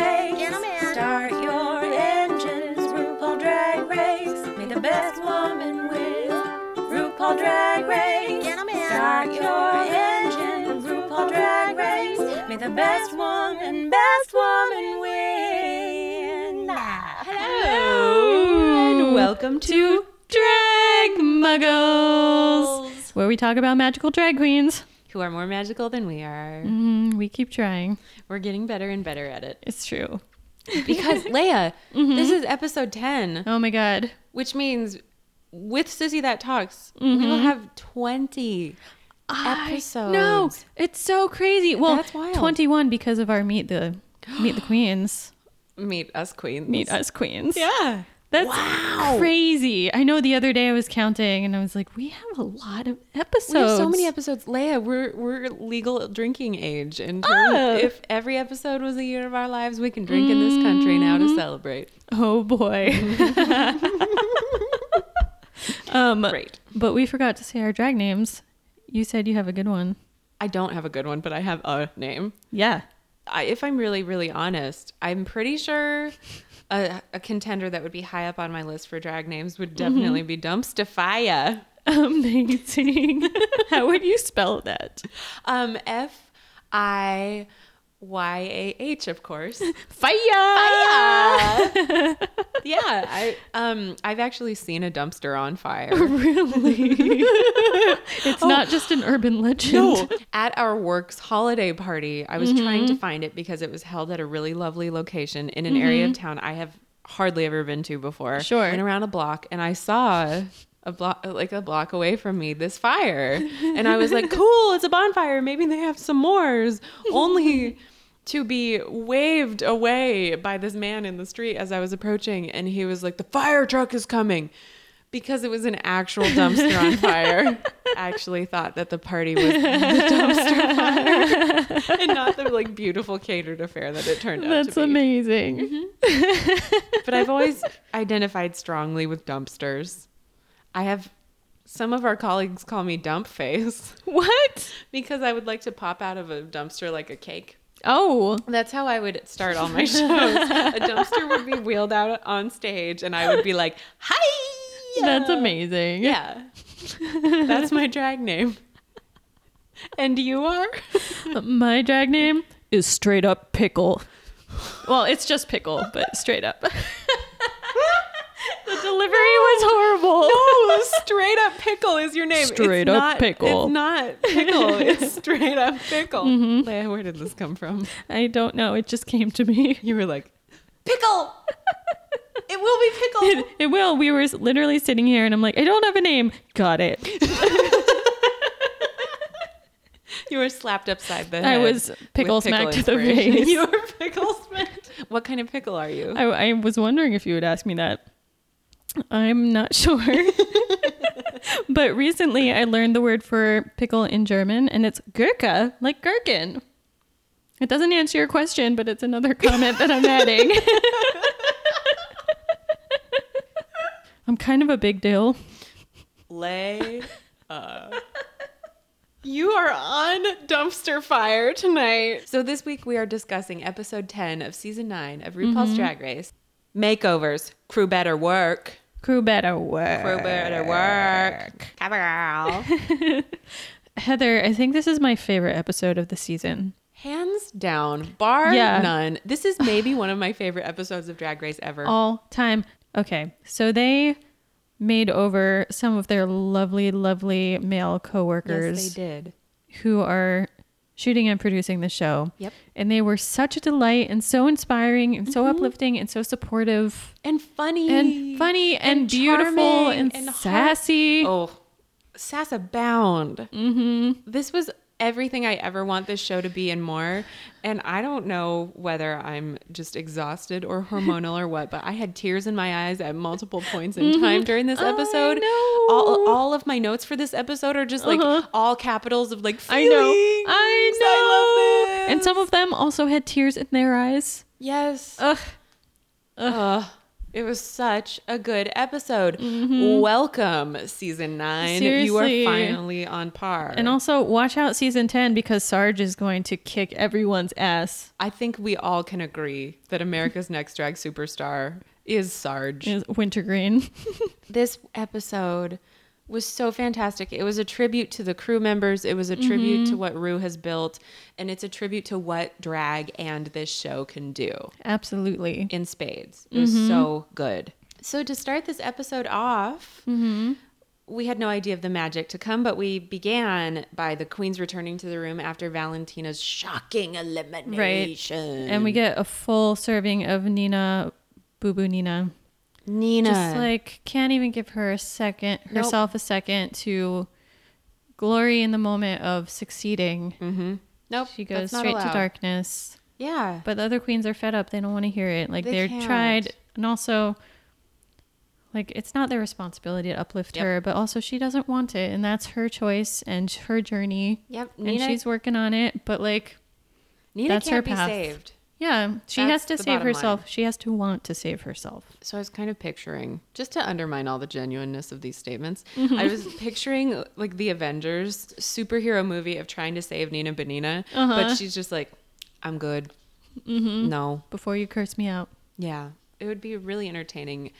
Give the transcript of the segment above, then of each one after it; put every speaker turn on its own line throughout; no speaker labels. Gentlemen.
Start your engines, RuPaul Drag Race. May the best woman win. RuPaul Drag Race.
Gentlemen.
Start your engines, RuPaul Drag Race. May the best woman, best woman win.
Hello. And welcome to Drag Muggles, where we talk about magical drag queens.
Who are more magical than we are.
Mm, we keep trying.
We're getting better and better at it.
It's true.
Because, Leia,
Mm-hmm.
this is episode 10.
Oh my god.
which means with Sissy that talks, we
Mm-hmm.
will have twenty.
I know.
Episodes.
It's so crazy. Well,
That's wild.
21 because of our meet the meet the queens.
Meet us queens.
Meet us queens.
Yeah.
That's crazy. I know the other day I was counting and I was like, we have a lot of episodes.
We have so many episodes. Leia, we're we're legal drinking age in terms
Oh.
if every episode was a year of our lives, we can drink in this country now
Mm-hmm.
to celebrate.
Oh boy. um
Great.
but we forgot to say our drag names. You said you have a good one.
I don't have a good one, but I have a name.
Yeah.
I, if I'm really, really honest, I'm pretty sure a, a contender that would be high up on my list for drag names would definitely be Dumpstifia.
Amazing. How would you spell that?
Um, F I Y A H, of course.
Fire.
yeah, I um, I've actually seen a dumpster on fire.
really? it's
Oh.
not just an urban legend.
At our work's holiday party, I was trying to find it because it was held at a really lovely location in an area of town I have hardly ever been to before.
Sure.
And around a block, and I saw a block like a block away from me this fire, and I was like, "Cool, it's a bonfire. Maybe they have some s'mores." Only. To be waved away by this man in the street as I was approaching, and he was like, The fire truck is coming because it was an actual dumpster on fire. I actually thought that the party was the dumpster fire and not the like beautiful catered affair that it turned out
That's
to be. Mm-hmm.
amazing.
But I've always identified strongly with dumpsters. I have some of our colleagues call me dump face
What?
because I would like to pop out of a dumpster like a cake.
Oh.
That's how I would start all my shows. a dumpster would be wheeled out on stage and I would be like, "Hi!"
That's amazing.
Yeah. That's my drag name. And you are?
My drag name is straight up pickle. Well, it's just pickle, but straight up. the delivery was horrible.
straight up pickle is your name.
Straight up pickle.
It's not pickle. It's straight up pickle.
Mm-hmm.
Leia, where did this come from?
I don't know. It just came to me.
You were like, pickle. it will be pickle.
It, it will. We were s- literally sitting here, and I'm like, I don't have a name. Got it.
You were slapped upside the head.
I was
with
pickle smacked to the
inspiration.
face.
You were pickle smacked. What kind of pickle are you?
I, I was wondering if you would ask me that. I'm not sure. but recently, I learned the word for pickle in German, and it's Gurke, like gherkin. It doesn't answer your question, but it's another comment that I'm adding. I'm kind of a big deal.
Lay. You are on dumpster fire tonight. So this week we are discussing episode 10 of season 9 of RuPaul's Drag Race. Makeovers, crew better work.
Crew better work.
Crew better work. Girl.
Heather, I think this is my favorite episode of the season.
Hands down, bar
Yeah.
none. This is maybe one of my favorite episodes of Drag Race ever.
all time. Okay, so they made over some of their lovely, lovely male coworkers
yes, they did.
who are shooting and producing the show.
Yep.
And they were such a delight and so inspiring and so
Mm-hmm.
uplifting and so supportive
And funny.
and funny and, beautiful
charming
and,
and heart-
sassy.
Oh, sass abound. Mm-hmm. This was everything I ever want this show to be and more. And I don't know whether I'm just exhausted or hormonal or what, but I had tears in my eyes at multiple points in time during this
Mm-hmm. I
episode.
know.
All all of my notes for this episode are just like
Uh-huh.
all capitals of like
I know.
feelings.
I know.
I love this.
And some of them also had tears in their eyes.
yes.
Ugh.
Ugh. It was such a good episode. Welcome, season nine.
Mm-hmm. Seriously.
You are finally on par.
And also, watch out season 10 because Sarge is going to kick everyone's ass.
I think we all can agree that America's Next Drag Superstar is Sarge.
Is Wintergreen.
This episode was so fantastic. It was a tribute to the crew members, it was a tribute
Mm-hmm.
to what Rue has built, and it's a tribute to what drag and this show can do.
Absolutely.
in spades. It was so good. Mm-hmm. So to start this episode off,
Mm-hmm.
we had no idea of the magic to come, but we began by the queens returning to the room after Valentina's shocking elimination.
And we get a full serving of Nina, Boo Boo Nina.
Nina,
Just like, can't even give her a second, herself a second to glory in the moment of succeeding.
Mm-hmm. nope,
She
that's
goes
not
straight
allowed.
to darkness.
Yeah,
But the other queens are fed up. They don't want to hear it. Like
They
they are
can't.
tried, and also, like it's not their responsibility to uplift
Yep.
her. But also, she doesn't want it, and that's her choice and sh- her journey.
yep.
and
Nina,
she's working on it. But like,
Nina
that's
can't
her
be
path.
saved.
yeah, she
That's
has to
the
save
bottom
herself.
line.
She has to want to save herself.
So I was kind of picturing, just to undermine all the genuineness of these statements,
Mm-hmm.
I was picturing like the Avengers superhero movie of trying to save Nina Benina,
Uh-huh. Mm-hmm.
but she's just like, I'm good. No.
Before you curse me out,
Yeah. It would be a really entertaining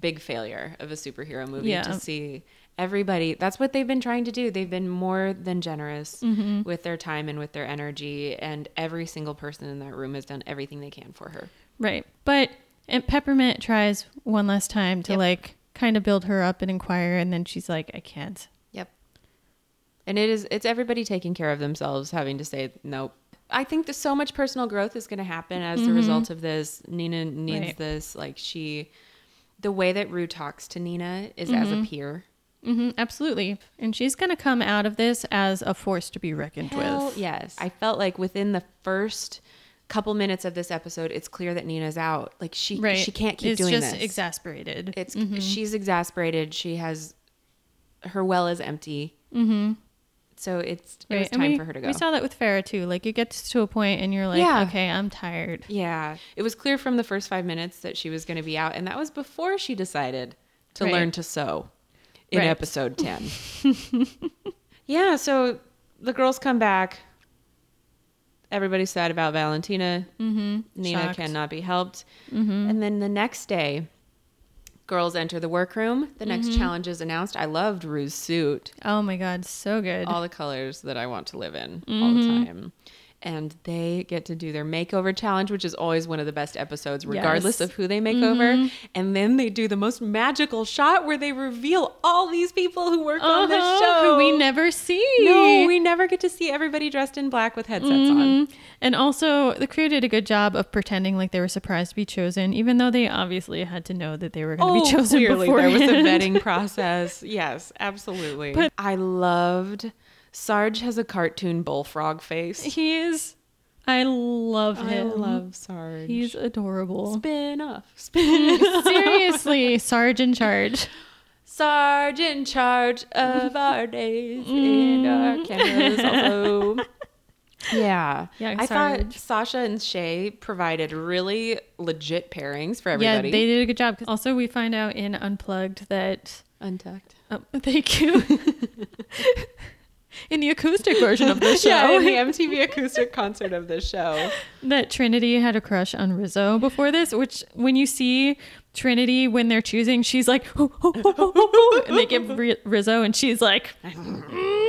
big failure of a superhero movie
Yeah.
to see everybody. That's what they've been trying to do. They've been more than generous
Mm-hmm.
with their time and with their energy, and every single person in that room has done everything they can for her.
right? But and Peppermint tries one last time to
Yep.
like kind of build her up and inquire, and then she's like, I can't.
Yep. And it is it's everybody taking care of themselves having to say nope. I think that so much personal growth is going to happen as the result of this. Nina needs
Mm-hmm. Right.
this like she the way that Rue talks to Nina is as
Mm-hmm.
a peer. Mm-hmm,
hmm absolutely, and she's gonna come out of this as a force to be reckoned
Hell
with.
yes. I felt like within the first couple minutes of this episode it's clear that Nina's out. Like she
right
she can't keep
it's
doing
just mm-hmm.
this.
exasperated Mm,
It's she's exasperated. She has her well is empty. Mhm. So it's it was
Mm-hmm. Right, and
time
we-
for her to go.
we saw that with Farah too like it gets to a point and you're like
Yeah.
okay i'm tired
Yeah. It was clear from the first five minutes that she was going to be out. And that was before she decided to
Right.
learn to sew in
Right.
episode 10. yeah. So the girls come back. Everybody's sad about Valentina. Mm-hmm. Nina
Shocked. Mm-hmm.
cannot be helped. And then the next day, girls enter the workroom. The
Mm-hmm.
next challenge is announced. I loved Rue's suit
oh my god so good
all the colors that I want to live in all
Mm-hmm.
the time. And they get to do their makeover challenge, which is always one of the best episodes, regardless
Yes. Mm-hmm.
of who they make over. And then they do the most magical shot where they reveal all these people who work on this
Uh-huh,
show.
who we never see
no, we never get to see everybody dressed in black with headsets
Mm-hmm.
on.
and also the crew did a good job of pretending like they were surprised to be chosen even though they obviously had to know that they were going to be chosen
Oh, clearly
before
there was a vetting process. Yes, absolutely.
But-
I loved Sarge has a cartoon bullfrog face.
he is i love him
I love Sarge.
he's adorable
spin off, spin
seriously sarge in charge
Sarge in charge of our days and our cameras also. Yeah.
Yeah,
I thought
Sarge.
Sasha and Shay provided really legit pairings for everybody.
yeah they did a good job 'Cause also we find out in unplugged that
untucked.
Um, thank you. in the acoustic version of the show,
Yeah, in the MTV acoustic concert of this show.
that Trinity had a crush on Rizzo before this, which when you see Trinity when they're choosing, she's like, and they give Ri- Rizzo, and she's like, "Mm."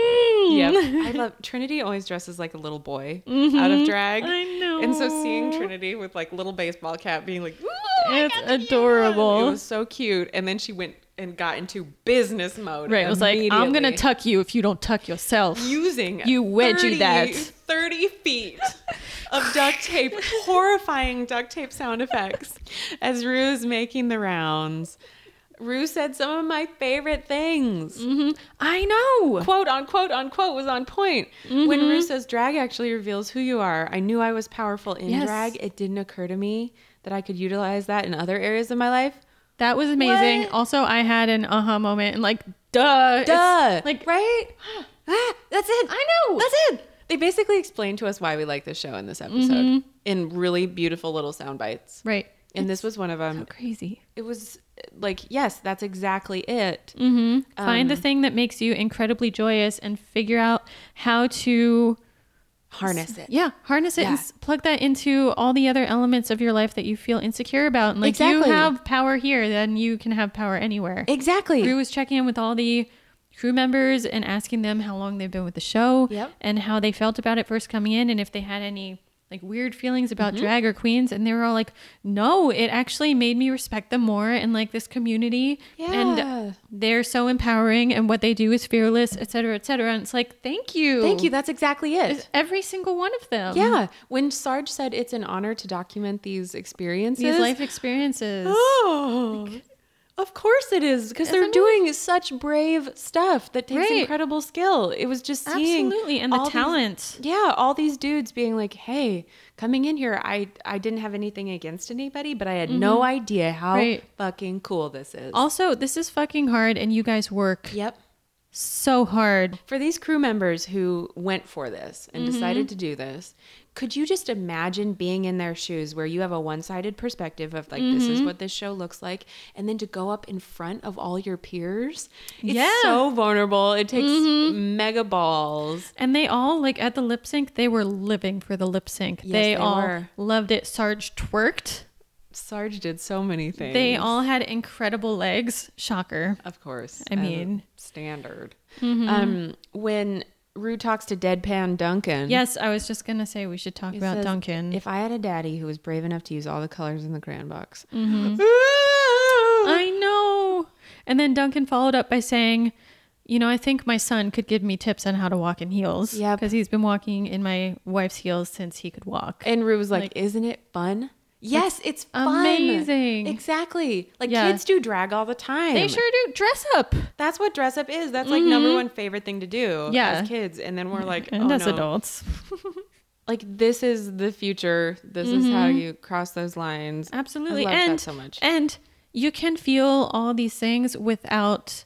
Yep. I love Trinity always dresses like a little boy out of drag.
I know.
And so seeing Trinity with like little baseball cap being like, "Ooh, I
It's
got the new
adorable.
one." It was so cute. And then she went and got into business mode.
right, it was like, I'm gonna
immediately.
tuck you if you don't tuck yourself.
using
You wedgie that.
30 feet of duct tape, horrifying duct tape sound effects as Rue's making the rounds. Rue said some of my favorite things.
Mm-hmm. I know.
Quote unquote unquote was on point. When
Mm-hmm.
Rue says drag actually reveals who you are, I knew I was powerful in
Yes.
drag. It didn't occur to me that I could utilize that in other areas of my life.
That was amazing.
What?
Also, I had an aha moment and like, duh, it's-
Duh.
like
right? ah, that's it.
I know.
That's it. They
Mm-hmm.
basically explained to us why we like this show in this episode in really beautiful little sound bites.
right.
And this was one of them.
So crazy.
It was like, yes, that's exactly it.
Mm-hmm. Find
Um,
the thing that makes you incredibly joyous and figure out how to
Harness it.
Yeah, harness it and
Yeah.
s- plug that into all the other elements of your life that you feel insecure about. And like you
Exactly.
have power here, then you can have power anywhere.
Exactly.
Drew was checking in with all the crew members and asking them how long they've been with the show
Yep.
and how they felt about it first coming in and if they had any like weird feelings about
Mm-hmm.
drag or queens and they were all like no it actually made me respect them more and like this community
Yeah.
and they're so empowering and what they do is fearless etc cetera, etc cetera. and it's like thank you
Thank you. That's exactly it.
It's every single one of them
yeah. mm-hmm. When Sarge said it's an honor to document these experiences,
these life experiences
Oh, of course it is because they're
Isn't it?
doing such brave stuff that takes
Right.
incredible skill. It was just seeing
absolutely and the
all these-
talent
yeah, all these dudes being like, "Hey, coming in here, I I didn't have anything against anybody, but I had no idea how
Mm-hmm. Right.
fucking cool this is."
also this is fucking hard and you guys work
yep.
so hard
For these crew members who went for this and
Mm-hmm.
decided to do this, could you just imagine being in their shoes where you have a one sided perspective of like, this
Mm-hmm.
is what this show looks like, and then to go up in front of all your peers? It's
Yeah. Mm-hmm.
so vulnerable. It takes mega balls.
And they all like at the lip sync, they were living for the lip sync.
Yes,
they,
they
all
were.
loved it. Sarge twerked.
Sarge did so many things.
They all had incredible legs. Shocker.
Of course.
I
as
mean- mm-hmm.
standard. Um, when Rue talks to Deadpan Duncan.
Yes, I was just gonna say we should talk
He
about
says,
Duncan.
If I had a daddy who was brave enough to use all the colors in the grand box.
Mm-hmm. I know. And then Duncan followed up by saying, "You know, I think my son could give me tips on how to walk in heels.
Yep.
because he's been walking in my wife's heels since he could walk.
And Rue was like,
Like-
Isn't it fun? Yes, it's fun.
amazing.
Exactly. Like
Yeah.
kids do drag all the time.
They sure do dress up.
That's what dress up is. That's like number one favorite thing to do
Yeah.
as kids. And then we're like,
And
oh,
as
no.
adults,
Like this is the future. This is how you cross those lines.
Mm-hmm. Absolutely.
I love
and
that so much.
And you can feel all these things without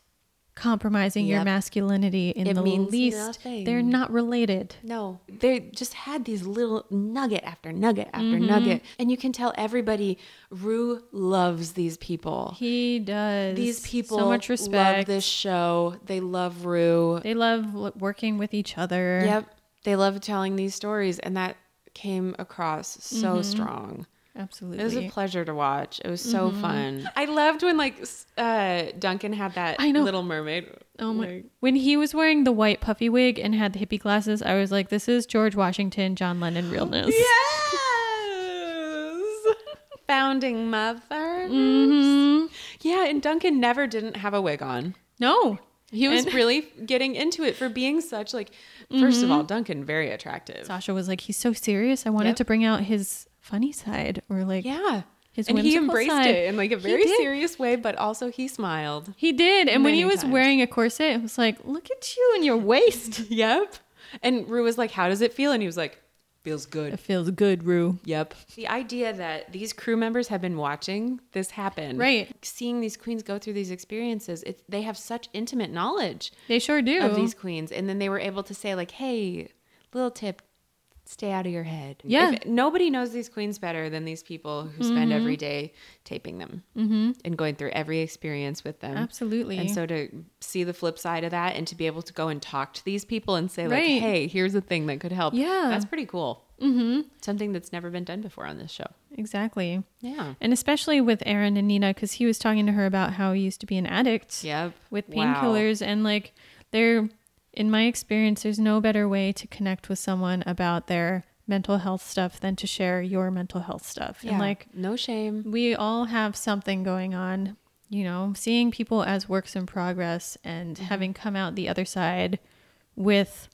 compromising your
Yep.
masculinity in
It
the
means
least.
nothing.
They're not related.
No, they just had these little nugget after nugget after nugget. And you can tell everybody Rue loves these people.
He does.
these people
so much
love
respect.
this show. They love Rue.
They love l- working with each other.
Yep. They love telling these stories and that came across so strong. It was a
Absolutely.
pleasure to watch. It was so fun. Mm-hmm. I loved when like s- uh, Duncan had that
I know.
Little Mermaid.
Oh my! When he was wearing the white puffy wig and had the hippie glasses, I was like, "This is George Washington, John Lennon realness."
Yes. Mm-hmm. Founding mother.
Mhm.
Yeah, and Duncan never didn't have a wig on.
No,
He was
And-
really getting into it for being such like. 1st of all, Duncan very attractive.
Sasha was like, "He's so serious. I wanted
Yep.
to bring out his funny side, or like,
Yeah.
His
and he
whimsical
embraced
side.
it in like a
He
very
did.
serious way, but also he smiled.
He did. And when he
Many
was
times.
wearing a corset, it was like, look at you and your waist.
Yep. And Rue was like, How does it feel? And he was like, Feels
It
good.
feels good, Rue.
Yep. The idea that these crew members have been watching this happen.
Right.
Seeing these queens go through these experiences, it, they have such intimate knowledge
They sure do.
of these queens. And then they were able to say, like, hey, little tip, stay out of your head.
Yeah. Mm-hmm.
If- nobody knows these queens better than these people who spend every day taping them and going through every experience with them.
Absolutely.
And so to see the flip side of that and to be able to go and talk to these people and say, like,
Right.
hey, here's a thing that could help.
Yeah.
That's pretty cool. Mm-hmm. Something that's never been done before on this show.
exactly.
Yeah.
And especially with Aaron and Nina, because he was talking to her about how he used to be an addict
Yep.
with
Wow.
painkillers. And like, there, in my experience, there's no better way to connect with someone about their mental health stuff than to share your mental health stuff.
Yeah.
And like,
no shame.
we all have something going on you know seeing people as works in progress and
Mm-hmm.
having come out the other side with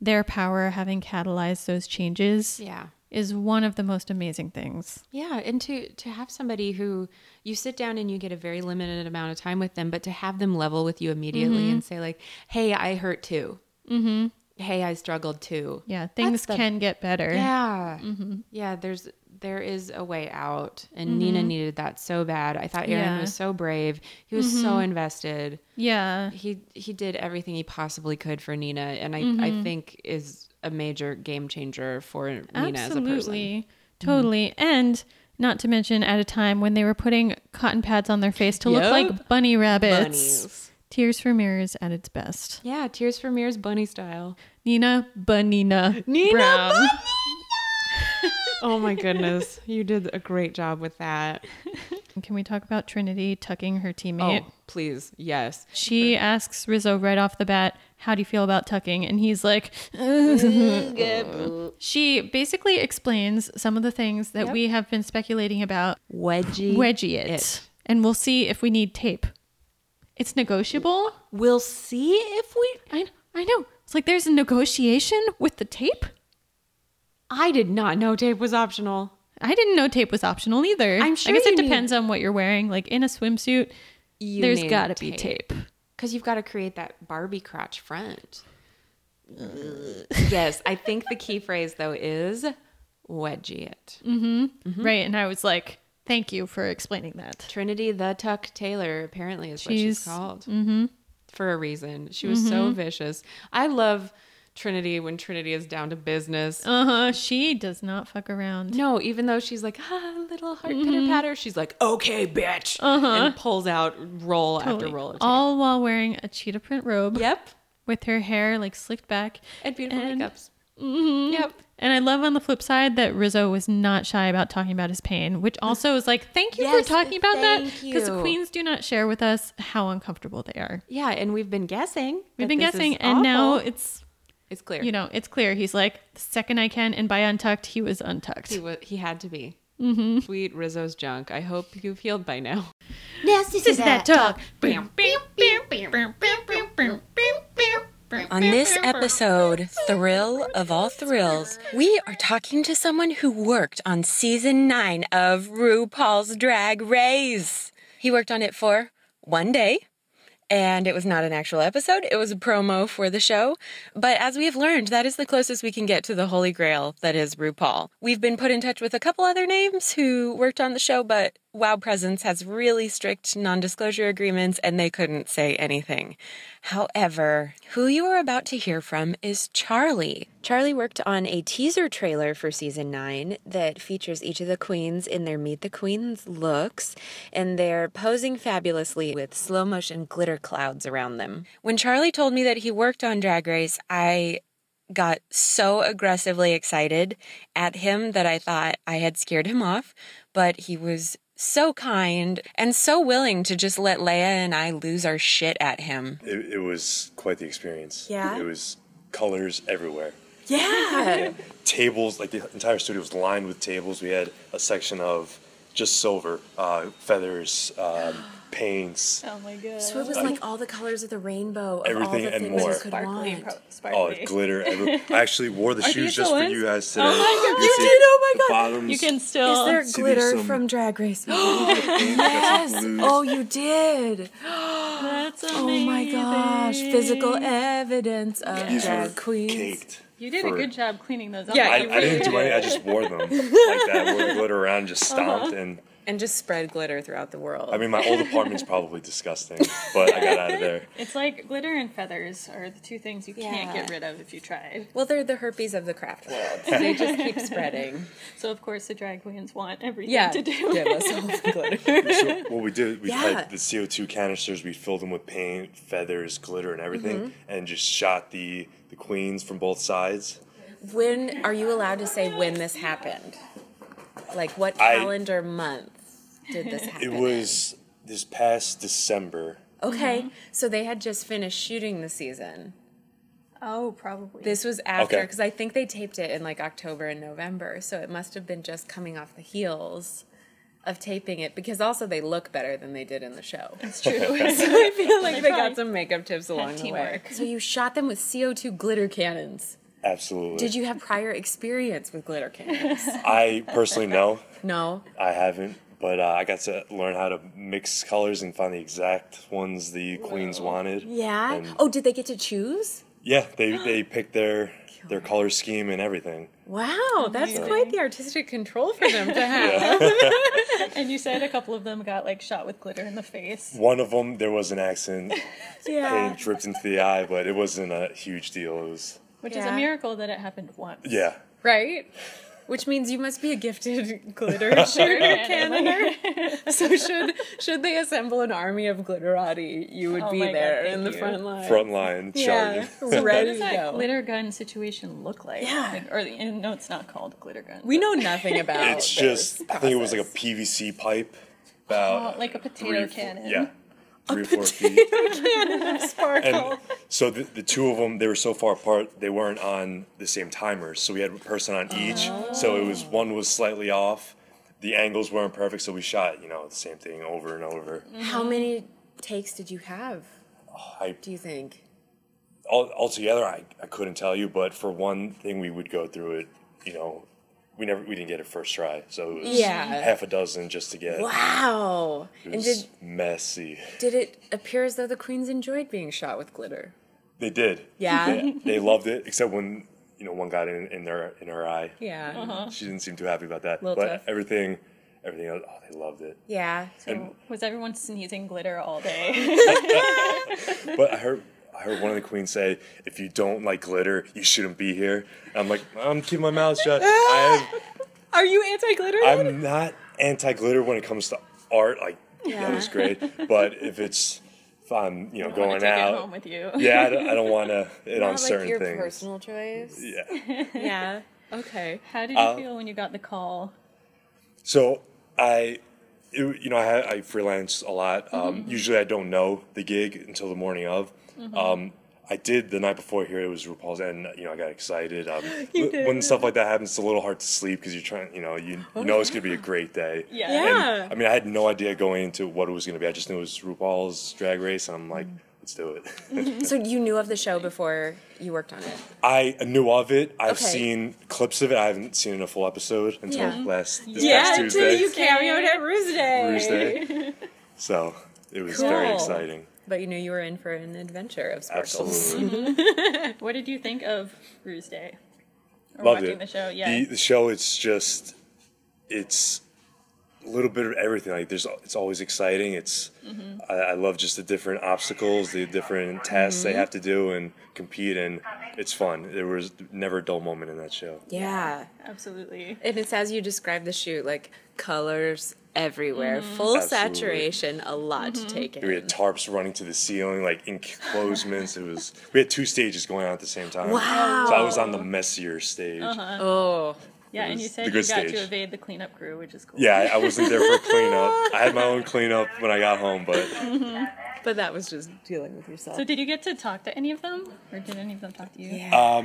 their power having catalyzed those changes
Yeah.
is one of the most amazing things
Yeah, and to to have somebody who you sit down and you get a very limited amount of time with them, but to have them level with you immediately and say like, "Hey, I hurt too. Mm-hmm. Hey, I struggled too.
yeah things
the-
can get better
Yeah, yeah. There's there is a way out, and Nina needed that so bad. I thought Aaron
Yeah.
was so brave. He was so invested.
yeah
He he did everything he possibly could for Nina, and I I think is a major game changer for Nina as a person. Mm-hmm.
absolutely totally and Not to mention at a time when they were putting cotton pads on their face to look
Yep.
like bunny rabbits.
Bunnies.
Tears for Mirrors at its best.
Yeah, Tears for Mirrors bunny style.
Nina Bunina
Nina
Brown.
Oh my goodness. you did a great job with that.
Can we talk about Trinity tucking her teammate?
Oh, please. Yes.
She asks Rizzo right off the bat, How do you feel about tucking? And he's like,
Mm,
She basically explains some of the things that we have been speculating about.
Wedgie.
Wedgie it.
it.
And we'll see if we need tape. It's negotiable.
We'll see if we.
I, I know. It's like there's a negotiation with the tape.
I did not know tape was optional.
I didn't know tape was optional either.
I'm sure
I guess it
you need-
depends on what you're wearing. Like in a swimsuit,
You
there's
need
got to be tape.
Because you've got to create that Barbie crotch front. yes, I think the key phrase though is wedgie it. Mm-hmm.
Right. And I was like, thank you for explaining that.
Trinity the Tuck Taylor apparently is what
She's-
she's Mm-hmm. called for a reason. She was so vicious. I love Trinity when Trinity is down to business.
Uh huh. She does not fuck around.
No, even though she's like, ah, little heart pitter patter, she's like, okay, bitch, and pulls out roll after roll. Of tape.
All while wearing a cheetah print robe
yep,
with her hair like slicked back.
and beautiful
And-
makeups.
Mm-hmm.
Yep.
And I love on the flip side that Rizzo was not shy about talking about his pain, which also is like, thank you
Mm-hmm. Yes,
for talking about that.
thank
Because
you.
queens do not share with us how uncomfortable they are.
Yeah, and we've been guessing.
We've
that
been
this is
guessing, and now
awful.
it's
it's clear.
you know it's clear. He's like the second I can, and by untucked, he was untucked.
He was. He had to be.
Mm-hmm.
Sweet Rizzo's junk. I hope you've healed by now.
This is that
talk.
On this episode, Thrill of All Thrills, we are talking to someone who worked on season nine of RuPaul's Drag Race. He worked on it for one day, and it was not an actual episode, it was a promo for the show. But as we have learned, that is the closest we can get to the holy grail that is RuPaul. We've been put in touch with a couple other names who worked on the show, but Wow Presence has really strict non disclosure agreements, and they couldn't say anything. However, who you are about to hear from is Charlie. Charlie worked on a teaser trailer for season nine that features each of the queens in their Meet the Queens looks, and they're posing fabulously with slow motion glitter clouds around them. When Charlie told me that he worked on Drag Race, I got so aggressively excited at him that I thought I had scared him off, but he was so kind and so willing to just let Leia and I lose our shit at him.
It, it was quite the experience.
Yeah?
It was colors everywhere.
Yeah.
Tables, like the entire studio was lined with tables. We had a section of just silver, uh, feathers, um, paints.
Oh
So it was like all the colors of the rainbow, of all
Everything
the
and
things
more.
you could want.
Oh, glitter. Every- I actually wore the
these
shoes
the
just for
ones?
you guys today. Oh
You did? Oh my God.
Bottoms.
You can
Is
still.
there
see there's
glitter
some-
from Drag Race?
yes.
oh, you did.
That's
Oh my gosh. Physical evidence of
These were
drag queens.
caked.
You did a
for-
good job cleaning those up.
Yeah,
I, I didn't do any. I just wore them like that. Wore the glitter around, just stomped, and
And just spread glitter throughout the world.
I mean, my old apartment's probably disgusting, but I got out of there.
It's like glitter and feathers are the two things you can't
Yeah.
get rid of if you tried.
well, they're the herpes of the craft world. They just keep spreading.
So of course the drag queens want everything
Yeah.
to do.
Give us all the glitter.
So what we did, we
Yeah.
had the CO two canisters. We filled them with paint, feathers, glitter, and everything,
Mm-hmm.
and just shot the the queens from both sides.
When are you allowed to say when this happened? Like what
I-
calendar month did this happen?
It was this past December.
okay. So they had just finished shooting the season.
Oh, probably.
This was after
Okay.
because I think they taped it in like October and November, so it must have been just coming off the heels of taping it because also they look better than they did in the show.
That's true.
So I feel like they
tried.
got some makeup tips along the way.
teamwork.
So you shot them with CO2 glitter cannons.
Absolutely.
Did you have prior experience with glitter cannons?
I personally know
No.
I haven't, but uh, I got to learn how to mix colors and find the exact ones the queens wanted.
Yeah.
And-
oh, did they get to choose?
Yeah, they they picked their their color scheme and everything.
Wow, that's quite the artistic control for them to have.
and you said a couple of them got like shot with glitter in the face.
One of them, there was an accident.
yeah.
Paint dripped into the eye, but it wasn't a huge deal. It was
Which is
Yeah.
a miracle that it happened once.
yeah.
Right? Which means you must be a gifted glitter sugar cannoner. so should should they assemble an army of glitterati, you would
Oh
be
my God,
there
thank
in the
you.
front line.
Front line
yeah,
charging.
What
ready
does
to
that
go.
glitter gun situation look like?
Yeah.
Like, or the, no, it's not called glitter gun.
we know nothing about.
It's
this
just I think it was like a
process.
PVC pipe about
Oh, like a potato cannon.
Yeah, three or four feet.
sparkle.
Oh.
And so the, the two of them, they were so far apart, they weren't on the same timers. So we had a person on each. So it
Oh.
was one was slightly off. The angles weren't perfect, so we shot, you know, the same thing over and over.
Mm.
How many takes did you have?
Oh, I
Do you think?
all, altogether, I, I couldn't tell you, but for one thing, we would go through it. You know, we never we didn't get it first try, so it was
Yeah.
half a dozen just to get.
Wow.
It
And
was
did
messy.
did it appear as though the queens enjoyed being shot with glitter?
They did.
Yeah.
They, they loved it, except when you know one got in, in their in her eye.
Yeah.
She didn't seem too happy about that.
Little
but
tough.
everything, everything else, oh, they loved it.
Yeah.
So was everyone sneezing glitter all day?
But I heard. I heard one of the queens say, "If you don't like glitter, you shouldn't be here." I'm like, I'm keeping my mouth shut. I have
Are you anti-glitter?
I'm not anti glitter when it comes to art. Like that is great, but if it's if I'm you know
I wanna
going
take it home
out,
with you.
yeah, I don't, want to it on certain
your
things.
personal choice.
Yeah.
Yeah. Okay.
How did you feel when you got the call?
So I, it- you know, I, had- I freelance a lot. Um,
Mm-hmm.
Usually, I don't know the gig until the morning of. Um, I did the night before here. It was RuPaul's, and you know, I got excited. Um, w- When stuff like that happens, it's a little hard to sleep because you're trying. You know, you, you know it's gonna be a great day.
Yeah.
Yeah.
I mean, I had no idea going into what it was going to be. I just knew it was RuPaul's Drag Race, and I'm like,
Mm.
let's do it.
so you knew of the show before you worked on it.
I knew of it. I've
Okay.
seen clips of it. I haven't seen a full episode until
Yeah.
last this past Tuesday.
cameoed at Ruse
Tuesday. so it was very
Cool.
exciting.
But you knew you were in for an adventure of sparkles.
Mm-hmm.
Absolutely
What did you think of Ruse Day? Or
loved
watching
it.
the show? Yeah.
the, the show. It's just, it's a little bit of everything. Like there's, it's always exciting. It's,
Mm-hmm.
I, I love just the different obstacles, the different tasks
Mm-hmm.
they have to do and compete, and it's fun. There was never a dull moment in that show.
Yeah.
Absolutely.
And it's as you describe the shoot, like colors everywhere,
Mm-hmm.
full
Absolutely.
saturation, a lot to take in.
We had tarps running to the ceiling, like enclosements. it was we had two stages going on at the same time.
Wow.
So I was on the messier stage.
Uh-huh.
Oh.
Yeah, and
was
you said
the
you
good
got
stage.
to evade the cleanup crew, which is cool.
Yeah, I- I wasn't there for cleanup. I had my own cleanup when I got home, but
But that was just dealing with yourself.
So did you get to talk to any of them, or did any of them talk to you?
yeah.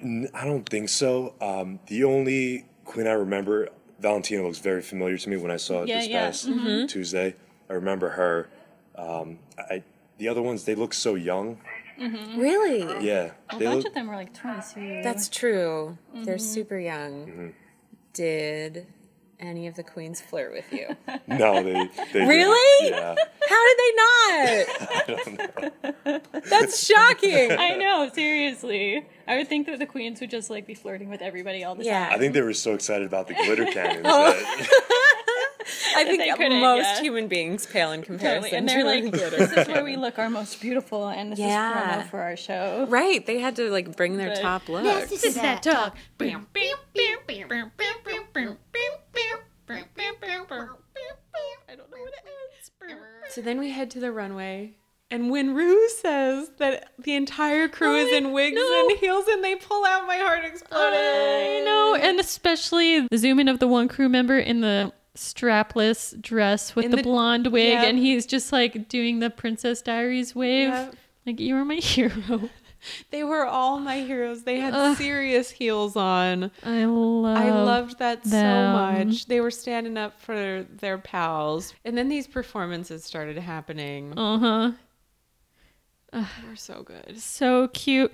n- I don't think so. Um, the only queen I remember, Valentina looks very familiar to me when I saw it
Yeah,
this
yeah,
past Tuesday. I remember her. Um, I the other ones they look so young.
really?
Yeah,
A
they
bunch
look.
of them were like 22.
That's true. They're super young.
Mm-hmm.
Did any of the queens flirt with you?
No, they. they didn't.
Really?
Yeah.
How did they not? That's shocking.
I know, seriously. I would think that the queens would just like be flirting with everybody all the
Yeah.
time.
I think they were so excited about the glitter cannons. that,
I
they
think
couldn't,
most
yeah.
human beings pale in comparison.
Totally. And
to
they're like,
glitter.
this is where we look our most beautiful, and this
Yeah.
is promo for our show.
right. They had to like bring their
But-
top look.
This is that talk. Bam, bam, bam, bam, bam, bam, bam, bam, bam, bam, bam, bam, bam. I don't know what it is.
So then we head to the runway, and when Rue says that the entire crew is in wigs and heels, and they pull out, my heart exploded.
I know, and especially the zoom in of the one crew member in the strapless dress with
In
the,
the-
blonde wig,
yeah.
and he's just like doing the Princess Diaries wave.
Yeah.
Like, you are my hero.
They were all my heroes. They had
Ugh.
serious heels on.
I love
I loved that
them.
so much. They were standing up for their pals. And then these performances started happening.
Uh huh.
They were so good.
So cute.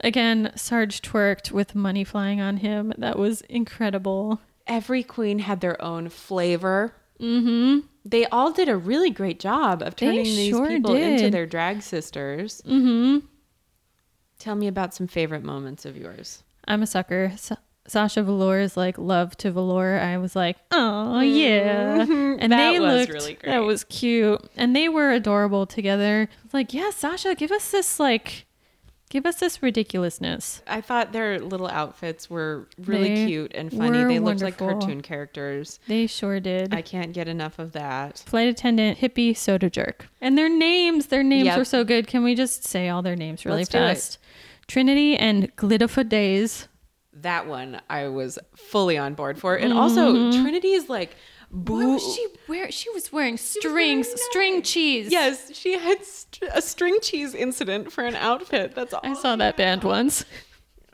Again, Sarge twerked with money flying on him. That was incredible.
Every queen had their own flavor. Mm-hmm. They all did a really great job of turning these
sure
people into
did.
their drag sisters. Mm-hmm. Tell me about some favorite moments of yours.
I'm a sucker. Sa- Sasha Velour's like love to Velour. I was like, oh yeah, and
Mm-hmm. That
they
was
looked
really great.
that was cute, and they were adorable together. Like, yeah, Sasha, give us this like Give us this ridiculousness.
I thought their little outfits were really
They
cute and funny.
were
They looked like
wonderful.
cartoon characters.
They sure did.
I can't get enough of that.
Flight attendant, hippie, soda jerk. And their names, their names
Yep.
were so good. Can we just say all their names really
Let's do it.
fast? Trinity and Glitterfodays.
That one I was fully on board for. And also Trinity's like
What
boo.
Mm-hmm. was she wearing? She was wearing strings, string cheese.
Yes, she had st- a string cheese incident for an outfit. That's all.
I saw that band once.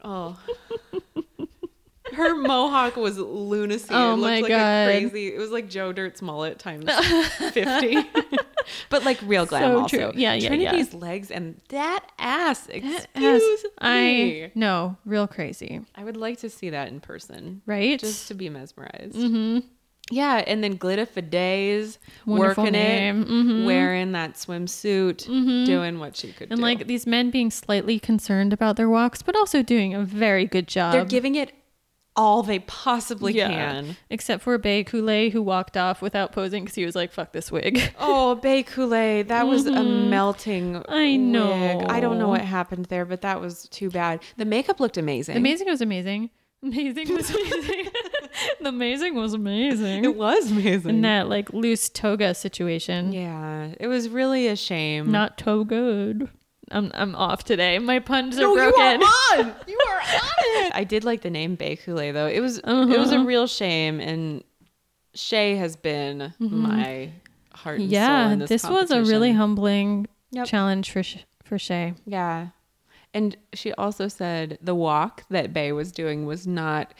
Oh. Her mohawk was lunacy.
Oh
it looked
my
like
God.
a crazy. It was like Joe Dirt's mullet times 50. but like real glam
So
also.
true. Yeah, yeah, yeah.
Trinity's legs and that ass. Excuse
I
me.
know, real crazy,
I would like to see that in person.
right?
Just to be mesmerized. Mm-hmm. Yeah, and then Glitta Fides
Wonderful
working
name. Mm-hmm.
it, wearing that swimsuit, doing what she could
and
do.
like these men being slightly concerned about their walks, but also doing a very good job.
they're giving it all they possibly
Yeah.
can.
Except for Bay Coulee, who walked off without posing because he was like, fuck this wig.
Oh, Bay Coulee, that was a melting.
Mm-hmm. I
wig.
know.
I don't know what happened there, but that was too bad. The makeup looked amazing.
Amazing was amazing. Amazing was amazing. the amazing was
It
amazing.
was amazing.
And that like loose toga situation.
yeah, it was really a shame.
Not so good. I'm I'm off today. My puns are
No, you are
broken.
on. You are on it. Uh-huh. I did like the name Bay Coulee though. It was it was a real shame, and Shay has been my heart and soul
yeah,
in Mm-hmm. this.
this, was a really
competition.
humbling
Yep.
challenge for Sh- for Shay.
Yeah. And she also said the walk that Bay was doing was not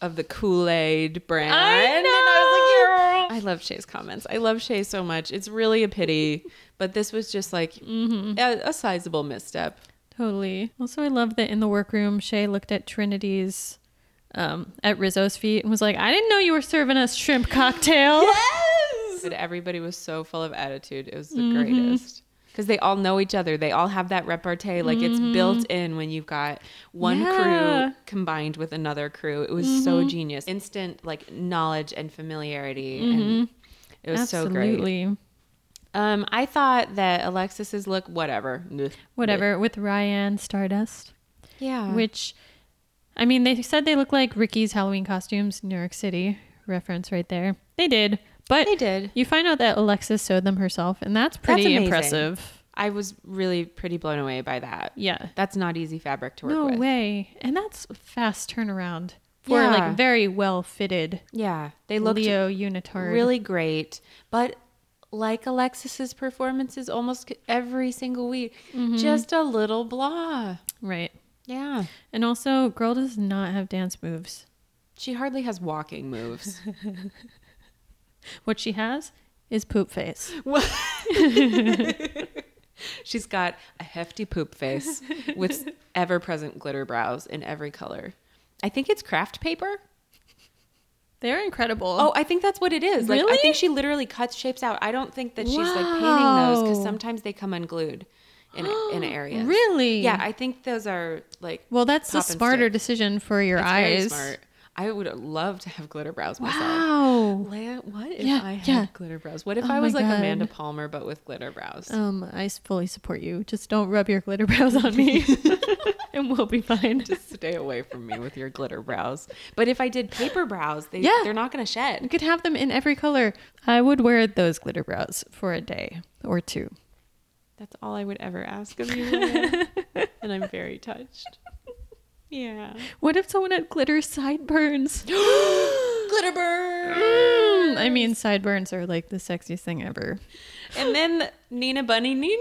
of the Kool Aid brand. And I was like, yeah. I love Shay's comments. I love Shay so much. It's really a pity. But this was just like a, a sizable misstep.
Totally. Also, I love that in the workroom, Shay looked at Trinity's, um, at Rizzo's feet and was like, "I didn't know you were serving us shrimp cocktail."
But everybody was so full of attitude. It was the greatest. Because Mm-hmm. they all know each other. They all have that repartee. Like it's built in when you've got one
Yeah.
crew combined with another crew. It was so genius. Instant like knowledge and familiarity. And it was so great.
Absolutely.
Um, I thought that Alexis's look, whatever. Blech.
Whatever with Ryan Stardust,
Yeah.
which, I mean, they said they look like Ricky's Halloween costumes, New York City reference right there. They did, but
They did.
You find out that Alexis sewed them herself, and that's pretty
amazing.
impressive.
I was really pretty blown away by that.
Yeah.
That's not easy fabric to work
No
with.
way. And that's fast turnaround for
Yeah.
like very well fitted
Yeah. They looked
Leo unitard.
really great. But like Alexis's performances almost c- every single week, just a little blah.
Right.
Mm-hmm. Yeah.
And also, girl does not have dance moves.
She hardly has walking moves.
What she has is poop face.
She's got a hefty poop face with ever present glitter brows in every color. I think it's craft paper.
They're incredible.
Oh, I think that's what it is. Like I
Really?
think she literally cuts shapes out. I don't think that she's like painting those because
Wow.
sometimes they come unglued in in areas.
really?
Yeah, I think those are like
well, that's the
pop and
smarter
stick.
decision for your
It's very
eyes.
smart. I would love to have glitter brows myself.
Wow.
Leia, what if
Yeah,
I had
yeah.
glitter brows? What if
Oh
I was
my
like
God.
Amanda Palmer but with glitter brows?
Um, I s- fully support you. Just don't rub your glitter brows on me, and we'll be fine.
Just stay away from me with your glitter brows. But if I did paper brows, they
Yeah.
they're not going to
you
shed.
could have them in every color. I would wear those glitter brows for a day or two.
That's all I would ever ask of you. Leia. and I'm very touched. Yeah.
What if someone had glitter sideburns? Hmm,
glitter burn.
I mean, sideburns are like the sexiest thing ever.
And then Nina Bunny Nina.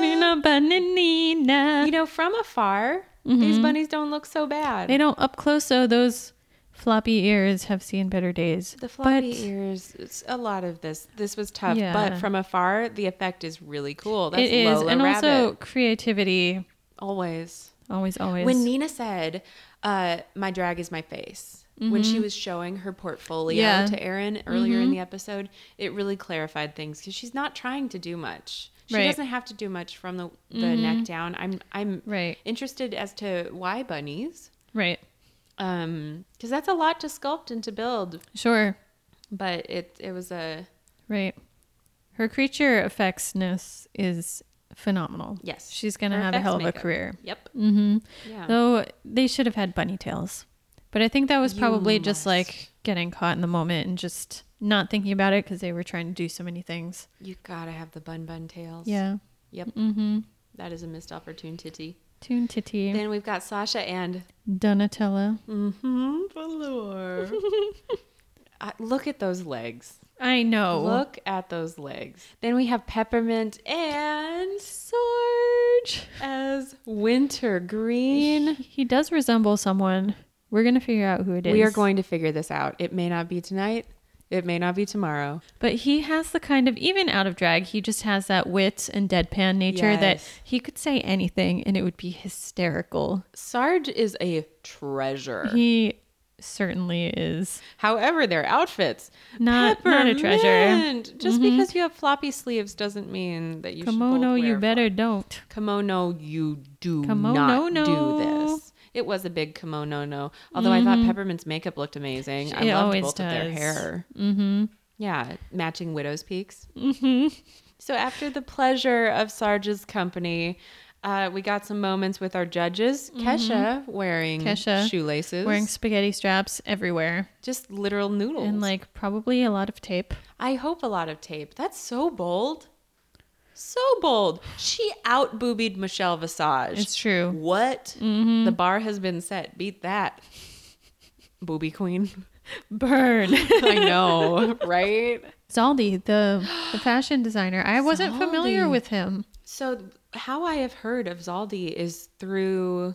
Nina
You
bananina.
know, from afar,
Mm-hmm.
these bunnies don't look so bad.
They don't up close though. Those floppy ears have seen better days.
The floppy
but
ears. It's a lot of this. This was tough,
Yeah.
but from afar, the effect is really cool. That's
It is,
Lola
and
Rabbit.
also creativity.
always.
Always, always.
When Nina said, uh, "My drag is my face," when she was showing her portfolio
Yeah.
to Erin earlier in the episode, it really clarified things because she's not trying to do much. She
Right.
doesn't have to do much from the, the neck down. I'm I'm
Right.
interested as to why bunnies,
right?
because that's a lot to sculpt and to build.
Sure.
But it it was a
Right. Her creature effectsness is phenomenal.
Yes.
She's going to have a
Perfect
hell of a
makeup.
career.
Yep.
Mm-hmm.
Yeah.
Though they should have had bunny tails. But I think that was probably just like getting caught in the moment and just not thinking about it because they were trying to do so many things.
You gotta have the bun bun tails.
Yeah.
Yep. Mm-hmm. is a missed opportunity.
Toon Titty,
Then we've got Sasha and
Donatella.
Velour. I, Uh, look at those legs.
I know.
Look at those legs. Then we have Peppermint and
Sarge.
as Winter Green.
He does resemble someone. We're going to figure out who it is.
We are going to figure this out. It may not be tonight. It may not be tomorrow.
But he has the kind of, even out of drag, he just has that wit and deadpan nature that
Yes.
he could say anything and it would be hysterical.
Sarge is a treasure.
He certainly is.
However, their outfits
Not- not a treasure. Mm-hmm.
Peppermint! Just because you have floppy sleeves doesn't mean that you should both
Kimono, you
wear
better don't.
kimono you do
Kimono,
not
no. Mm-hmm.
do this it was a big kimono no although i thought peppermint's makeup looked amazing i
It
loved
always
both of their
does.
hair mm-hmm. yeah matching widow's peaks mm-hmm. so after the pleasure of sarge's company uh, we got some moments with our judges kesha wearing
Mm-hmm. Kesha
shoelaces
Wearing spaghetti straps everywhere
just literal noodles
and like probably a lot of tape.
I hope a lot of tape. That's so bold. So bold. She out boobied Michelle Visage.
It's true. Mm-hmm.
What? The bar has been set. Beat that. Booby queen.
Burn.
I know, right?
Zaldi, the, the fashion designer. I wasn't familiar
Zaldi.
with him.
So, how I have heard of Zaldi is through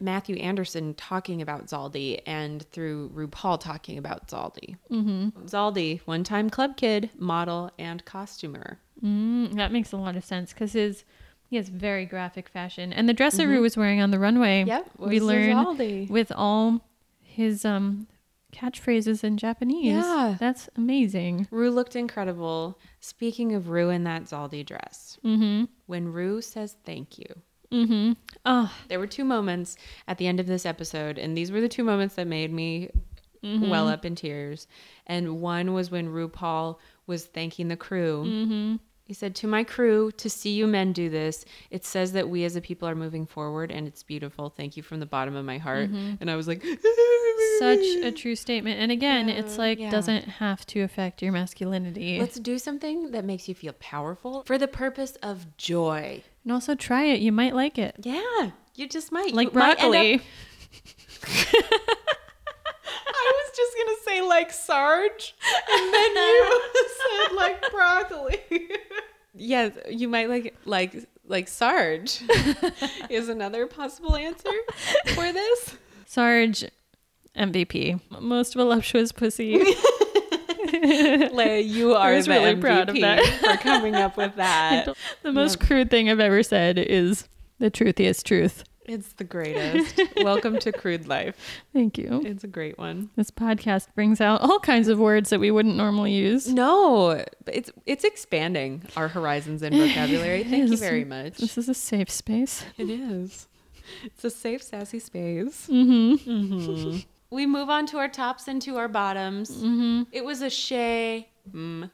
Matthew Anderson talking about Zaldi and through RuPaul talking about Zaldi. Mm-hmm. Zaldi, one time club kid, model, and costumer.
Mm, that makes a lot of sense because his he has very graphic fashion, and the dress Aru was wearing on the runway.
Mm-hmm. Yep,
we
was
learn
Zaldi.
with all his um catchphrases in Japanese.
Yeah.
that's amazing.
Rue looked incredible. Speaking of Rue in that Zaldi dress, mm-hmm. when Rue says thank you,
Oh,
there were two moments at the end of this episode, and these were the two moments that made me
Mm-hmm.
well up in tears. And one was when RuPaul was thanking the crew.
Mm-hmm.
He said, To my crew, to see you men do this, it says that we as a people are moving forward and it's beautiful. Thank you from the bottom of my heart. And I was like,
Mm-hmm. such a true statement. And again, it's like
yeah.
doesn't have to affect your masculinity,
Let's do something that makes you feel powerful for the purpose of joy.
and also try it. You might like it,
Yeah, you just might.
like
You might end
broccoli.
up- I was just gonna say like Sarge, and then you said like broccoli. yes, you might like like like Sarge is another possible answer for this.
Sarge, MVP, most voluptuous pussy.
Leia, you are
was
the
really
MVP
proud of that.
for coming up with that.
the most crude thing I've ever said is the truthiest truth.
It's the greatest. Welcome to crude life.
Thank you.
It's a great one.
This podcast brings out all kinds of words that we wouldn't normally use.
No, but it's it's expanding our horizons and vocabulary. Thank you
is.
very much.
This is a safe space.
It is. It's a safe, sassy space. Mm-hmm. we move on to our tops and to our bottoms. Mm-hmm. It was a Shay. Mm.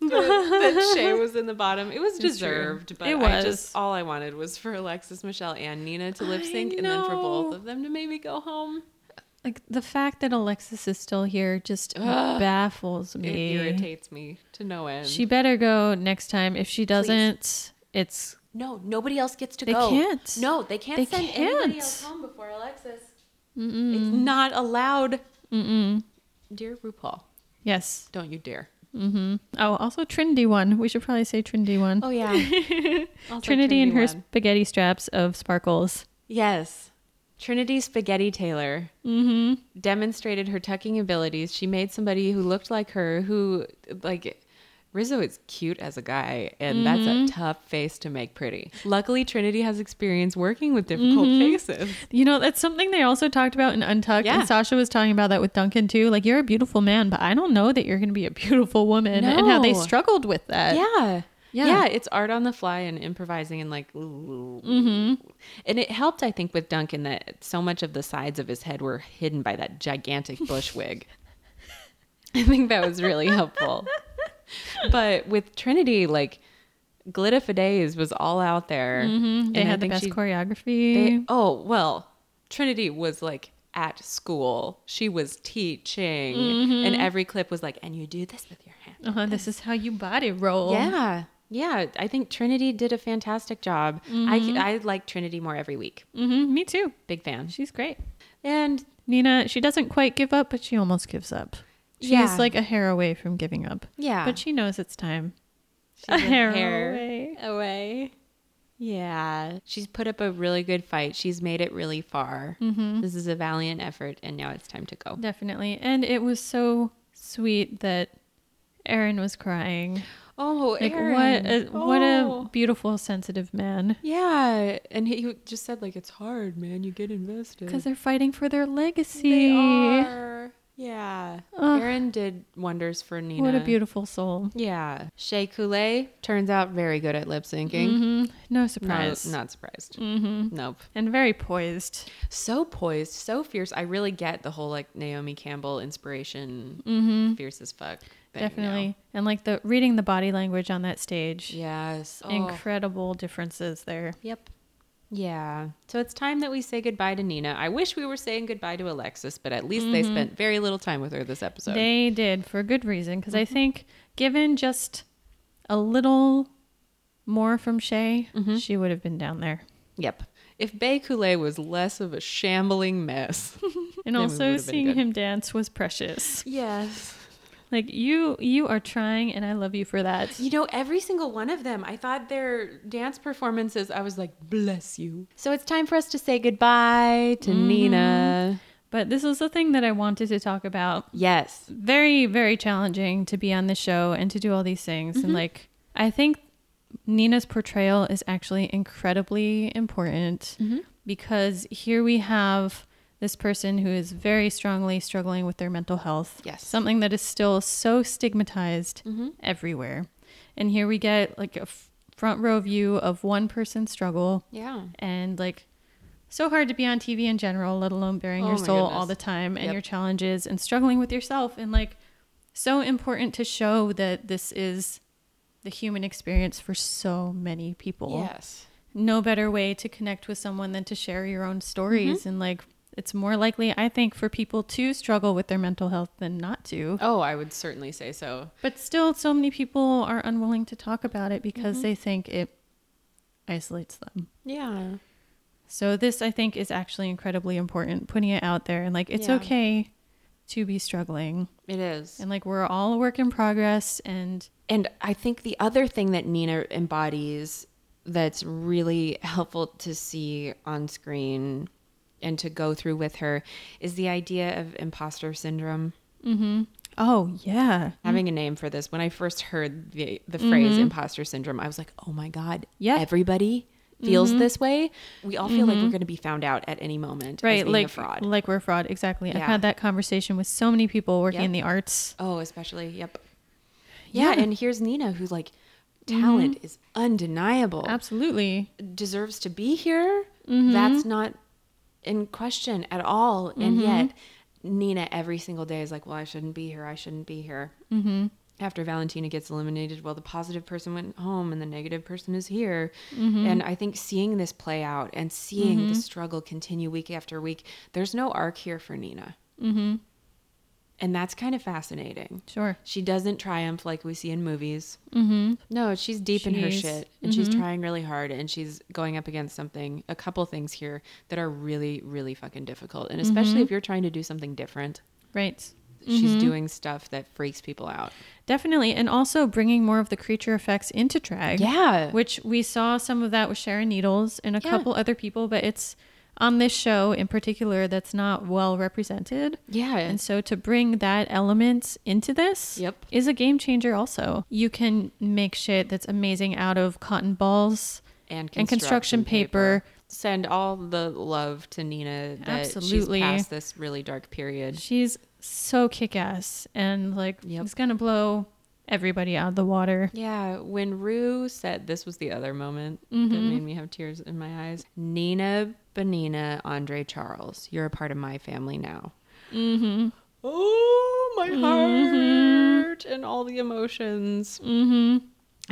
that, that Shay was in the bottom. It was deserved, but
It
I
was.
just all I wanted was for Alexis, Michelle, and Nina to lip sync, and then for both of them to maybe go home.
Like the fact that Alexis is still here just baffles
It
me.
irritates me to no end.
She better go next time. If she doesn't, it's
no, nobody else gets to
They
go.
can't.
No, they can't
They
send anybody else
can't.
home before Alexis. It's not allowed. Mm-mm. Dear RuPaul.
yes.
Don't you dare.
Oh, also Trinity one. We should probably say Trinity one.
Oh yeah. Also
Trinity and her
one.
spaghetti straps of sparkles.
Yes. Trinity Spaghetti Taylor Mm-hmm. demonstrated her tucking abilities. She made somebody who looked like her who like Rizzo is cute as a guy, and that's a tough face to make pretty. Luckily, Trinity has experience working with difficult faces.
You know, that's something they also talked about in Untucked.
Yeah.
And Sasha was talking about that with Duncan too. Like, you're a beautiful man, but I don't know that you're going to be a beautiful woman. And how they
No.
struggled with that.
Yeah.
Uh, Yeah.
Yeah. it's art on the fly and improvising and like, ooh.
Mm-hmm.
and it helped, I think, with Duncan that so much of the sides of his head were hidden by that gigantic bush wig. I think that was really helpful. But with Trinity, like, Glitterfidays was all out there. Mm-hmm.
They had the best choreography.
They, oh well, Trinity was like at school. She was teaching,
Mm-hmm.
and every clip was like, "And you do this with your hand."
uh-huh, this is how you body roll.
Yeah, yeah. I think Trinity did a fantastic job. I I like Trinity more every week.
hmm me too.
Big fan.
She's great.
And
Nina, she doesn't quite give up, but she almost gives up. She's
Yeah.
like a hair away from giving up.
Yeah.
But she knows it's time.
She's a hair
away.
away. Yeah, she's put up a really good fight. She's made it really far. Mm-hmm. This is a valiant effort, and now it's time to go.
Definitely. And it was so sweet that Aaron was crying.
Oh,
Like what a, what a beautiful sensitive man.
yeah! And he he just said like it's hard, man. You get invested.
Cuz they're fighting for their legacy.
They are. Yeah.
Ugh.
Aaron did wonders for Nina.
What a beautiful soul.
Yeah. Shea Coulee turns out very good at lip syncing.
No
Not,
surprise.
not surprised. Mm-hmm. Nope.
And very poised.
So poised, so fierce. I really get the whole like Naomi Campbell inspiration, fierce as fuck. thing now.
Mm-hmm. Definitely. And like the reading the body language on that stage.
Yes. Oh.
Incredible differences there.
Yep. Yeah. So it's time that we say goodbye to Nina. I wish we were saying goodbye to Alexis, but at least they spent very little time with her this episode.
Mm-hmm. They did for good reason because I
Mm-hmm.
think given just a little more from Shay,
Mm-hmm.
she would have been down there.
yep. If Bay Coulee was less of a shambling mess.
And
Then we would
also
have been
seeing
good.
him dance was precious.
yes.
Like you you are trying and I love you for that.
You know, every single one of them, I thought their dance performances, I was like, bless you. Mm-hmm. So it's time for us to say goodbye to Nina.
But this is the thing that I wanted to talk about.
Yes.
Very very challenging to be on the show and to do all these things and like I think Nina's portrayal is actually incredibly important because here we have this person who is very strongly struggling with their mental health.
Yes.
Something that is still so stigmatized everywhere. And here we get like a f- front row view of one person's struggle
Yeah.
and like so hard to be on TV in general, let alone bearing
Oh
your
my
soul
goodness.
all the time and
Yep.
your challenges and struggling with yourself and like so important to show that this is the human experience for so many people.
Yes.
No better way to connect with someone than to share your own stories
Mm-hmm.
and like it's more likely I think for people to struggle with their mental health than not to.
Oh, I would certainly say so.
But still so many people are unwilling to talk about it
Mm-hmm.
because they think it isolates them.
Yeah.
So this I think is actually incredibly important putting it out there and like it's
Yeah.
okay to be struggling
It is.
and like we're all a work in progress and
And I think the other thing that Nina embodies that's really helpful to see on screen and to go through with her is the idea of imposter syndrome.
oh yeah.
having a name for this when i first heard the, the phrase imposter syndrome i was like oh my god
Yeah.
everybody feels this way Mm-hmm. we all feel like we're going to be found out at any moment as
Right
being
like
a fraud
like we're a fraud exactly. I've
Yeah.
had that conversation with so many people working
Yep.
in the arts.
oh especially yep yeah, Mm-hmm. and here's nina who like talent is undeniable
Absolutely.
deserves to be here that's not in question at all and yet nina every single day is like well i shouldn't be here i shouldn't be here mm-hmm. after valentina gets eliminated well the positive person went home and the negative person is here and i think seeing this play out and seeing the struggle continue week after week there's no arc here for nina mm-hmm. and that's kind of fascinating
Sure.
she doesn't triumph like we see in movies. Mm-hmm. No, she's deep in her
She's-
shit and she's trying really hard and she's going up against something, a couple things here that are really, really fucking difficult. And especially if you're trying to do something different,
Right.
she's doing stuff that freaks people out.
Definitely and also bringing more of the creature effects into drag.
Yeah.
Which we saw some of that with Sharon Needles and a
Yeah.
couple other people but it's on this show in particular that's not well represented.
Yeah.
And so to bring that element into this
Yep.
is a game changer also. You can make shit that's amazing out of cotton balls
and
and construction paper.
Send all the love to Nina that
Absolutely.
she's past this really dark period.
She's so kick ass and like
Yep.
it's gonna blow everybody out of the water.
Yeah, when Rue said this was the other moment that made me have tears in my eyes. Nina Benina Andre Charles, you're a part of my family now. Mm-hmm. Oh, my heart and all the emotions. Mm-hmm.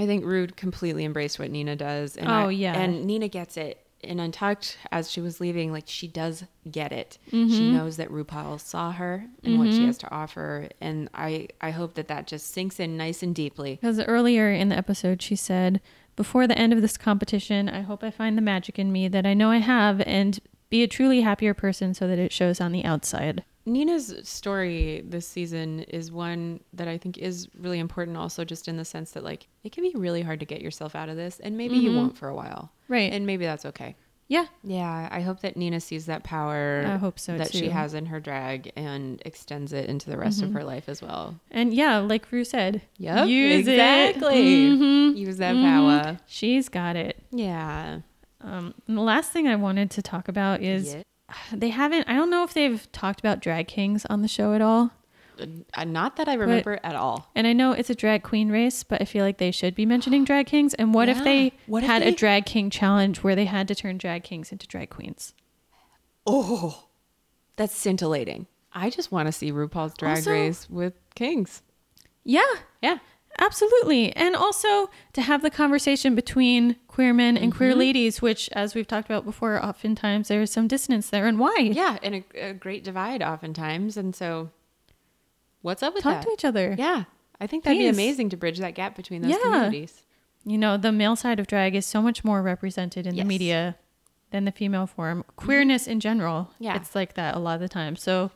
I think Rude completely embraced what Nina does. And
Oh,
I-
yeah.
And Nina gets it. In Untucked, as she was leaving, like she does get it. She knows that RuPaul saw her and what she has to offer. And I, I hope that that just sinks in nice and deeply.
Because earlier in the episode, she said, Before the end of this competition, I hope I find the magic in me that I know I have and be a truly happier person so that it shows on the outside.
Nina's story this season is one that I think is really important, also, just in the sense that, like, it can be really hard to get yourself out of this, and maybe you won't for a while.
Right.
And maybe that's okay.
Yeah.
Yeah, I hope that Nina sees that power
I hope so,
that
too. Mm-hmm.
she has in her drag and extends it into the rest of her life as well.
And yeah, like Rue said,
Yep.
use
exactly.
it. Mhm.
Use that power.
She's got it.
Yeah.
Um, and the last thing I wanted to talk about is
Yeah.
they haven't, I don't know if they've talked about drag kings on the show at all.
Uh, Not that I remember at all.
And I know it's a drag queen race, but I feel like they should be mentioning drag kings. And what if
Yeah.
they
What if
had a
they-
drag king challenge where they had to turn drag kings into drag queens?
Oh, that's scintillating. I just want to see RuPaul's Drag
Also-
Race with kings.
Yeah,
Yeah.
absolutely. And also to have the conversation between queer men and
Mm-hmm.
queer ladies, which, as we've talked about before, oftentimes there is some dissonance there. And why?
Yeah, and a, a great divide oftentimes. And so, what's up with
Talk
that?
to each other.
Yeah, I think that'd be
Please.
amazing to bridge that gap between those
Yeah.
communities.
You know, the male side of drag is so much more represented in
Yes.
the media than the female form. Queerness in general,
Yeah.
it's like that a lot of the time. So,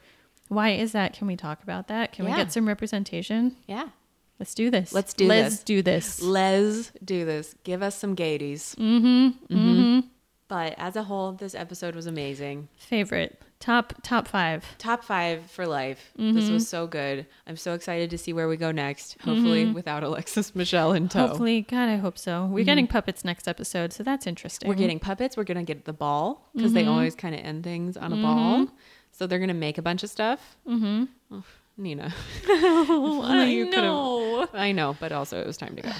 why is that? Can we talk about that? Can we
Yeah.
get some representation?
Yeah.
Let's do this.
Let's do
Let's
this.
do this.
Les do this. Give us some gaieties. Mm-hmm. Mm-hmm. But as a whole, this episode was amazing.
Favorite top top five.
Top five for life.
Mm-hmm.
This was so good. I'm so excited to see where we go next. Hopefully, without Alexis Michelle in tow.
Mm-hmm. Hopefully, God, I hope so. We're getting puppets next episode, so that's interesting.
Mm-hmm. We're getting puppets. We're gonna get the ball because they always kind of end things on a ball. So they're gonna make a bunch of stuff. Mm-hmm. Nina, I know. I know, but also it was time to go.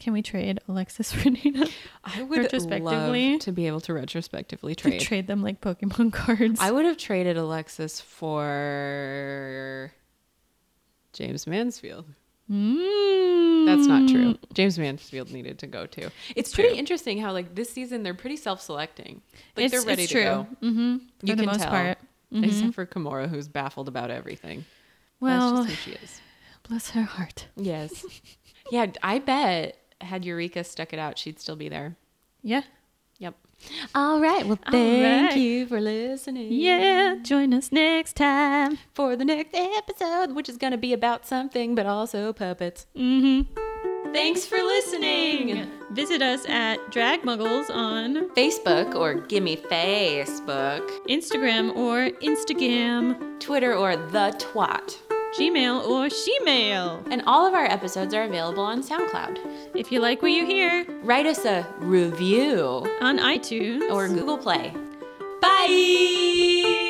Can we trade Alexis for Nina?
I would
Retrospectively?
love to be able to retrospectively
to
trade.
trade them like Pokemon cards.
I would have traded Alexis for James Mansfield.
mm.
That's not true. James Mansfield needed to go too. It's pretty interesting how like this season they're pretty self-selecting. Like
It's-
they're ready
it's
to go.
Mm-hmm. For
you
the
can
most
tell.
part.
Except for Kimura, who's baffled about everything.
Well,
That's just who she is.
bless her heart.
Yes. yeah, I bet had Eureka stuck it out, she'd still be there.
Yeah.
Yep. All right. Well, thank
right.
you for listening.
Yeah. Join us next time.
For the next episode, which is going to be about something, but also puppets.
Mm-hmm.
Thanks for listening.
Visit us at Drag Muggles on
Facebook or Gimme Facebook,
Instagram or Instagram,
Twitter or The Twat.
Gmail or Shemale.
And all of our episodes are available on SoundCloud.
If you like what you hear
Write us a review
on iTunes
or Google Play. Bye!